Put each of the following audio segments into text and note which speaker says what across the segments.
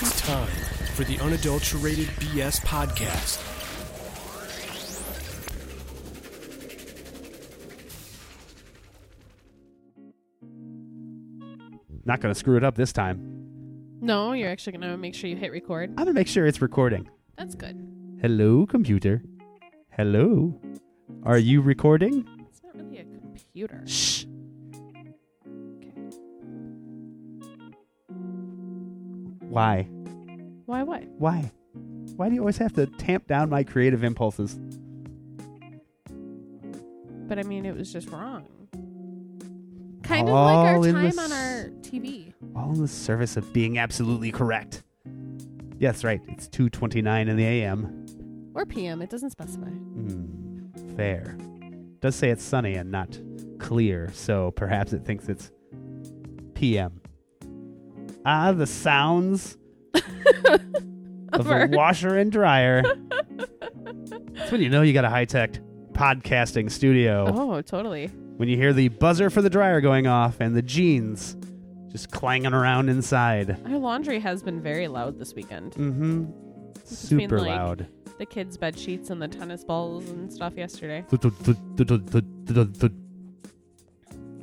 Speaker 1: It's time for the Unadulterated BS Podcast.
Speaker 2: Not going to screw it up this time.
Speaker 3: No, you're actually gonna make sure you hit record.
Speaker 2: I'm going to make sure it's recording.
Speaker 3: That's good.
Speaker 2: Hello, computer. Hello. Are you recording?
Speaker 3: It's not really a computer.
Speaker 2: Shh. Why?
Speaker 3: Why what?
Speaker 2: Why? Why do you always have to tamp down my creative impulses?
Speaker 3: But I mean, it was just wrong. Kind of like
Speaker 2: All
Speaker 3: our
Speaker 2: in the
Speaker 3: time on
Speaker 2: s-
Speaker 3: our TV.
Speaker 2: All in the service of being absolutely correct. Yes, right. It's 2:29 in the a.m.
Speaker 3: Or PM, it doesn't specify.
Speaker 2: Hmm, fair. Does say it's sunny and not clear, so perhaps it thinks it's p.m. Ah, the sounds of a
Speaker 3: Over.
Speaker 2: washer and dryer. That's when you know you got a high tech podcasting studio.
Speaker 3: Oh, totally.
Speaker 2: When you hear the buzzer for the dryer going off and the jeans just clanging around inside.
Speaker 3: Our laundry has been very loud this weekend.
Speaker 2: Mm hmm.
Speaker 3: just mean,
Speaker 2: Super
Speaker 3: like-
Speaker 2: loud.
Speaker 3: The kids' bed sheets and the tennis balls and stuff yesterday.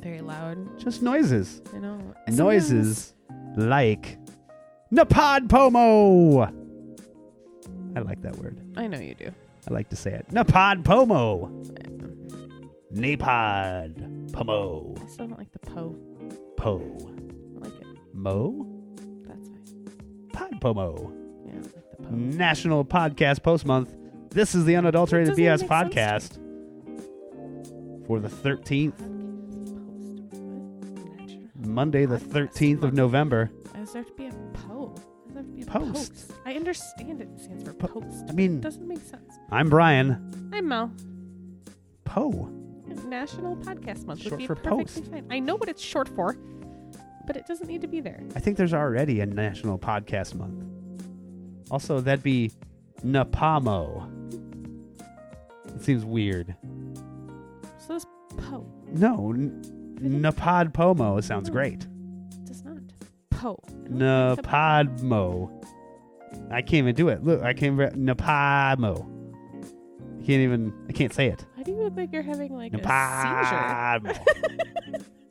Speaker 3: Very loud.
Speaker 2: Just noises.
Speaker 3: I know.
Speaker 2: noises like Napod Pomo. I like that word.
Speaker 3: I know you do.
Speaker 2: I like to say it. Napod Pomo. Napod Pomo.
Speaker 3: I still don't like the po.
Speaker 2: Po.
Speaker 3: I like it.
Speaker 2: Mo?
Speaker 3: That's fine.
Speaker 2: Pod Pomo.
Speaker 3: Yeah, I like the po.
Speaker 2: National Podcast Post Month. This is the Unadulterated
Speaker 3: That doesn't
Speaker 2: BS
Speaker 3: make sense
Speaker 2: Podcast for the
Speaker 3: Podcast
Speaker 2: 13th,
Speaker 3: post. What? Natural.
Speaker 2: Monday, the
Speaker 3: Podcast
Speaker 2: 13th of
Speaker 3: month.
Speaker 2: November.
Speaker 3: Why does there have to be a po? Why does there have to be a
Speaker 2: Post.
Speaker 3: post? I understand it stands for
Speaker 2: Po- Mm.
Speaker 3: post.
Speaker 2: I mean-
Speaker 3: it doesn't make sense.
Speaker 2: I'm Brian.
Speaker 3: I'm Mel.
Speaker 2: Poe.
Speaker 3: National Podcast Month
Speaker 2: Short
Speaker 3: would be
Speaker 2: for
Speaker 3: perfectly
Speaker 2: post.
Speaker 3: fine. I know what it's short for, but it doesn't need to be there.
Speaker 2: I think there's already a National Podcast Month. Also, that'd be Napamo. It seems weird.
Speaker 3: So this po
Speaker 2: No, n- Napod Pomo sounds great.
Speaker 3: does not po. I don't like the po.
Speaker 2: Napodmo. I can't even do it. Look, I can't. Re- Napamo. I can't even. I can't say it.
Speaker 3: Why do you look like you're having like a
Speaker 2: Napodmo.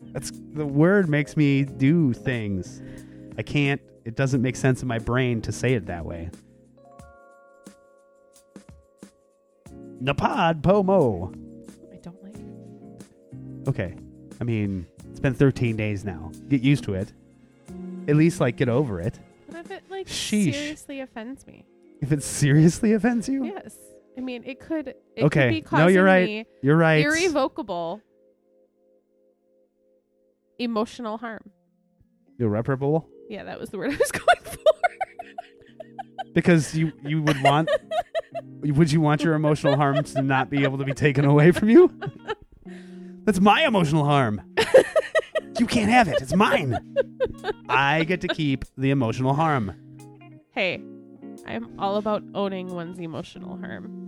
Speaker 2: That's the word makes me do things. I can't. It doesn't make sense in my brain to say it that way. Napod Pomo.
Speaker 3: seizure? I don't like. it.
Speaker 2: Okay. I mean, it's been 13 days now. Get used to it. At least, like, get over it.
Speaker 3: What if it like
Speaker 2: Sheesh.
Speaker 3: seriously offends me?
Speaker 2: If it seriously offends you.
Speaker 3: Yes. I mean, it could. It could
Speaker 2: okay.
Speaker 3: be
Speaker 2: no,
Speaker 3: causing
Speaker 2: you're right.
Speaker 3: me
Speaker 2: You're right.
Speaker 3: irrevocable emotional harm.
Speaker 2: Irreparable.
Speaker 3: Yeah, that was the word I was going for.
Speaker 2: Because you you would want would you want your emotional harm to not be able to be taken away from you? That's my emotional harm. you can't have it. It's mine. I get to keep the emotional harm.
Speaker 3: hey, I'm all about owning one's emotional harm.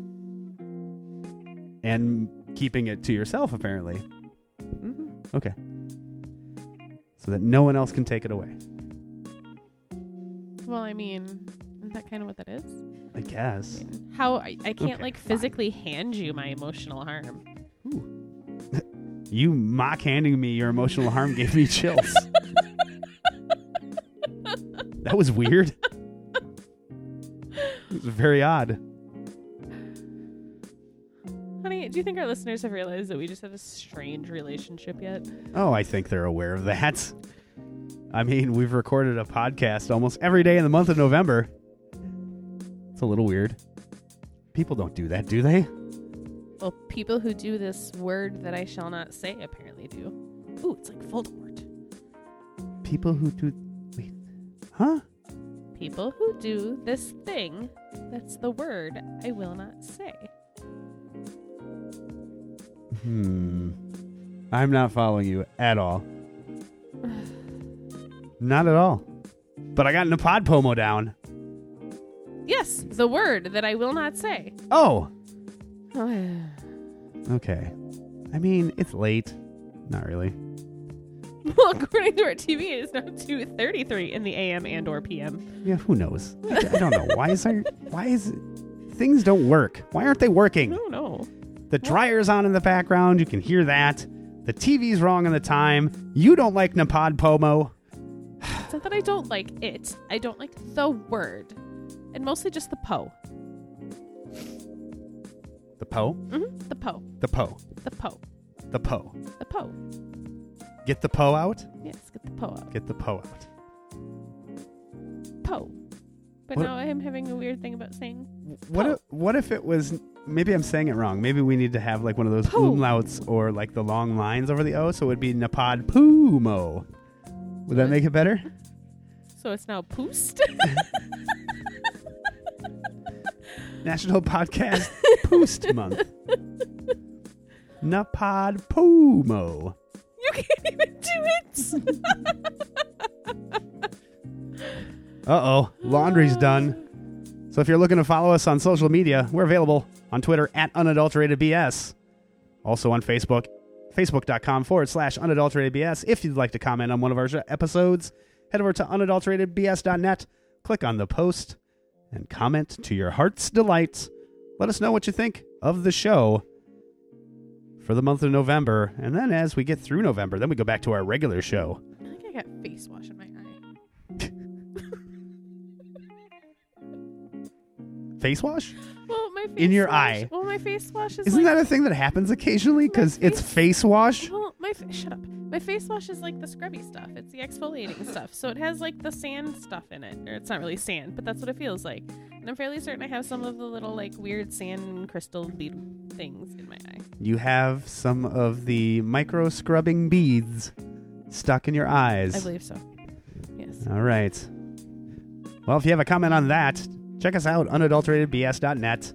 Speaker 2: And keeping it to yourself, apparently.
Speaker 3: Mm-hmm.
Speaker 2: Okay. So that no one else can take it away.
Speaker 3: Well, I mean, isn't that kind of what that is?
Speaker 2: I guess.
Speaker 3: How I, I can't
Speaker 2: Okay,
Speaker 3: like
Speaker 2: fine.
Speaker 3: physically hand you my emotional harm.
Speaker 2: You mock handing me your emotional harm gave me chills. that was weird. It was very odd.
Speaker 3: Honey, do you think our listeners have realized that we just had a strange relationship yet?
Speaker 2: Oh, I think they're aware of that. I mean, we've recorded a podcast almost every day in the month of November. It's a little weird. People don't do that, do they?
Speaker 3: Well, people who do this word that I shall not say apparently do. Ooh, it's like Voldemort.
Speaker 2: People who do. Wait. Huh?
Speaker 3: People who do this thing that's the word I will not say.
Speaker 2: Hmm. I'm not following you at all. not at all. But I got Napod Pomo down.
Speaker 3: Yes, the word that I will not say.
Speaker 2: Oh,
Speaker 3: Why
Speaker 2: okay. I mean, it's late. Not really.
Speaker 3: Well, according to our TV, it is now 2:33 in the AM and or PM.
Speaker 2: Yeah, who knows? I, I don't know. Why is there, why is things don't work? Why aren't they working?
Speaker 3: Oh no.
Speaker 2: The dryer's on in the background. You can hear that. The TV's wrong on the time. You don't like Napod Pomo.
Speaker 3: It's not that I don't like it. I don't like the word. And mostly just the po.
Speaker 2: The Po?
Speaker 3: hmm The po.
Speaker 2: The Po.
Speaker 3: The po.
Speaker 2: The Po.
Speaker 3: The po.
Speaker 2: Get the Po out.
Speaker 3: Yes, get the po up.
Speaker 2: Get the Po out.
Speaker 3: Po. But
Speaker 2: What-
Speaker 3: now I am having a weird thing about saying
Speaker 2: What
Speaker 3: Po.
Speaker 2: if, what if it was maybe I'm saying it wrong. Maybe we need to have like one of those
Speaker 3: Po.
Speaker 2: umlauts or like the long lines over the O, so it would be Napod Pumo. Would that make it better?
Speaker 3: so it's now poost.
Speaker 2: National Podcast Poost Month. Napod Pumo.
Speaker 3: you can't even do it.
Speaker 2: Uh oh, laundry's done. So if you're looking to follow us on social media, we're available on Twitter at unadulterated BS. Also on Facebook, facebook.com forward slash unadulterated BS. If you'd like to comment on one of our sh- episodes, head over to unadulteratedbs.net, click on the post, and comment to your heart's delight. Let us know what you think of the show for the month of November. And then as we get through November, then we go back to our regular show.
Speaker 3: I think I got face wash in my eye.
Speaker 2: Face wash?
Speaker 3: Well, my face
Speaker 2: In your
Speaker 3: wash-
Speaker 2: eye.
Speaker 3: Well, my face wash is
Speaker 2: Isn't
Speaker 3: like
Speaker 2: that a thing that happens occasionally? Because
Speaker 3: My
Speaker 2: it's face wash.
Speaker 3: Well, my fa- shut up. My face wash is like the scrubby stuff. It's the exfoliating stuff. So it has like the sand stuff in it. Or it's not really sand, but that's what it feels like. And I'm fairly certain I have some of the little like weird sand crystal bead things in my eye.
Speaker 2: You have some of the micro scrubbing beads stuck in your
Speaker 3: I
Speaker 2: eyes.
Speaker 3: believe so. Yes.
Speaker 2: All right. Well, if you have a comment on that, check us out, unadulteratedbs.net.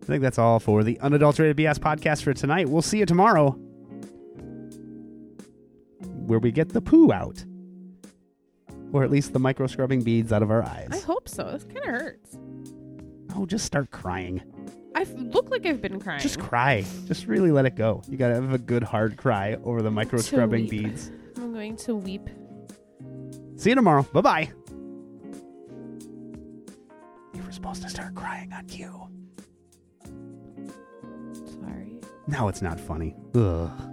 Speaker 2: I think that's all for the Unadulterated BS podcast for tonight. We'll see you tomorrow where we get the poo out. Or at least the micro scrubbing beads out of our eyes.
Speaker 3: I hope so. This kind of hurts.
Speaker 2: oh, just start crying.
Speaker 3: I f- look like I've been crying.
Speaker 2: Just cry. Just really let it go. You gotta have a good hard cry over the micro
Speaker 3: To
Speaker 2: scrubbing
Speaker 3: weep.
Speaker 2: beads.
Speaker 3: I'm going to weep.
Speaker 2: See you tomorrow. Bye bye. You were supposed to start crying on cue.
Speaker 3: Sorry.
Speaker 2: Now it's not funny. Ugh.